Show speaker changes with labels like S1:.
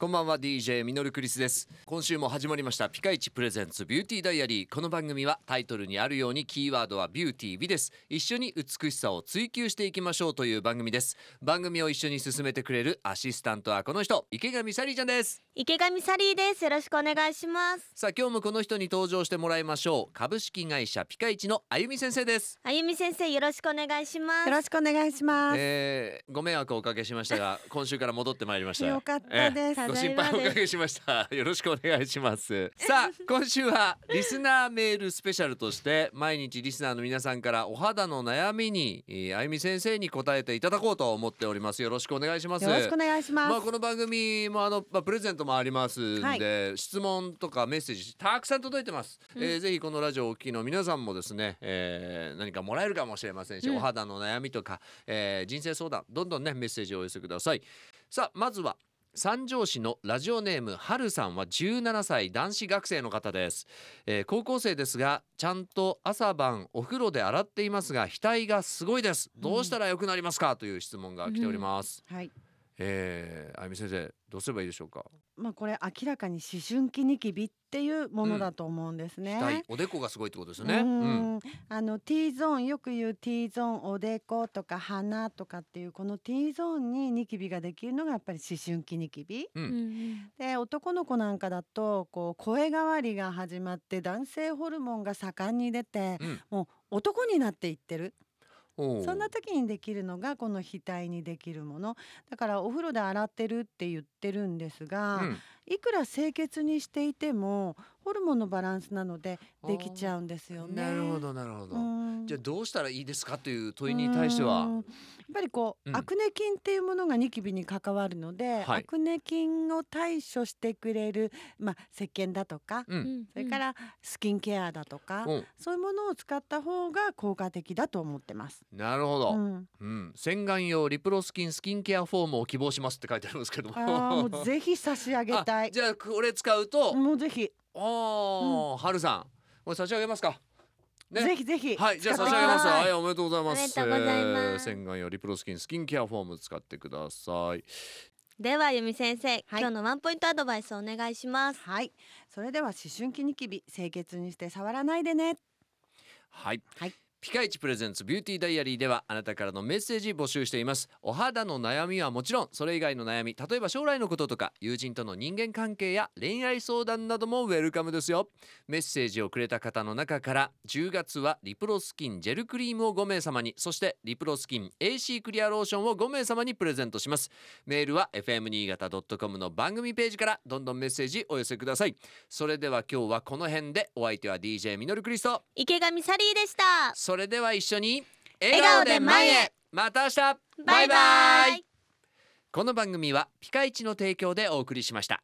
S1: こんばんは DJ ミノルクリスです今週も始まりましたピカイチプレゼンツビューティーダイアリーこの番組はタイトルにあるようにキーワードはビューティー美です一緒に美しさを追求していきましょうという番組です番組を一緒に進めてくれるアシスタントはこの人池上サリーちゃんです
S2: 池上サリーですよろしくお願いします
S1: さあ今日もこの人に登場してもらいましょう株式会社ピカイチのあゆみ先生です
S2: あゆみ先生よろしくお願いします
S3: よろしくお願いします。
S1: えー、ご迷惑をおかけしました が今週から戻ってまいりました
S3: よかったです。
S2: ええ
S1: ご心配おかけしました。よろしくお願いします。さあ、今週はリスナーメールスペシャルとして、毎日リスナーの皆さんからお肌の悩みに、えーあゆみ先生に答えていただこうと思っております。よろしくお願いします。
S3: よろしくお願いします。
S1: まあ、この番組もあの、まあ、プレゼントもありますんで、
S3: はい
S1: 質問とかメッセージたくさん届いてます、えーぜひこのラジオをお聞きの皆さんもですね、えー何かもらえるかもしれませんし、
S2: うん
S1: お肌の悩みとか、えー人生相談どんどんねメッセージをお寄せくださいさあまずは三条市のラジオネームはるさんは17歳男子学生の方です、えー高校生ですがちゃんと朝晩お風呂で洗っていますが額がすごいですどうしたら良くなりますか、という質問が来ております、
S3: はい。
S1: えー、あゆみ先生どうすればいいでしょうか、
S3: まあこれ明らかに思春期ニキビっていうものだと思うんですね。
S1: 額おでこがすごいってことですよ
S3: う
S1: ねうん
S3: んあの T ゾーンよく言う T ゾーンおでことか鼻とかっていうこの T ゾーンにニキビができるのがやっぱり思春期ニキビ
S1: うん
S3: で男の子なんかだとこう声変わりが始まって男性ホルモンが盛んに出て
S1: うん
S3: 男になっていってる
S1: おー
S3: そんな時にできるのがこの額にできるものだからお風呂で洗ってるって言ってるんですが、
S1: うん
S3: いくら清潔にしていてもホルモンのバランスなのでできちゃうんですよね。
S1: なるほどなるほど、
S3: うん。
S1: じゃあどうしたらいいですかという問いに対しては
S3: うんやっぱりこう、
S1: うん
S3: アクネ菌っていうものがニキビに関わるので、
S1: はい
S3: アクネ菌を対処してくれる、まあ、石鹸だとか、
S1: うん
S3: それからスキンケアだとか、
S1: うん
S3: そういうものを使った方が効果的だと思ってます。
S1: なるほど、う
S3: うんん
S1: 洗顔用リプロスキンスキンケアフォームを希望しますって書いてあるんですけど
S3: あーもうぜひ差し上げ た
S1: あ
S3: い。
S1: じゃあこれ使うと、
S3: もうぜひ、
S1: おーはるさんこれ差し上げますかね
S3: ぜひぜひ。
S1: はい、じゃあ差
S3: 使っ
S1: して上げます。
S3: ください
S1: はい、おめでとうございます。
S2: おめでとうございます
S1: えー洗顔用リプロスキンスキンケアフォーム使ってください。
S2: ではあゆみ先生、
S3: はい
S2: 今日のワンポイントアドバイスお願いします
S3: はい、それでは思春期ニキビ清潔にして触らないでね。
S1: はい。
S3: はい
S1: ピカイチプレゼンツビューティーダイアリーではあなたからのメッセージ募集していますお肌の悩みはもちろんそれ以外の悩み例えば将来のこととか友人との人間関係や恋愛相談などもウェルカムですよメッセージをくれた方の中から10月はリプロスキンジェルクリームを5名様にそしてリプロスキン AC クリアローションを5名様にプレゼントしますメールは fm 新潟 .com の番組ページからどんどんメッセージお寄せくださいそれでは今日はこの辺でお相手は DJ ミノルクリスト
S2: 池上サリーでした
S1: それでは一緒に笑
S2: 笑
S1: 顔
S2: 顔
S1: で
S2: で
S1: 前
S2: 前
S1: へ
S2: へ
S1: また明日
S2: バイバイ
S1: この番組はピカイチの提供でお送りしました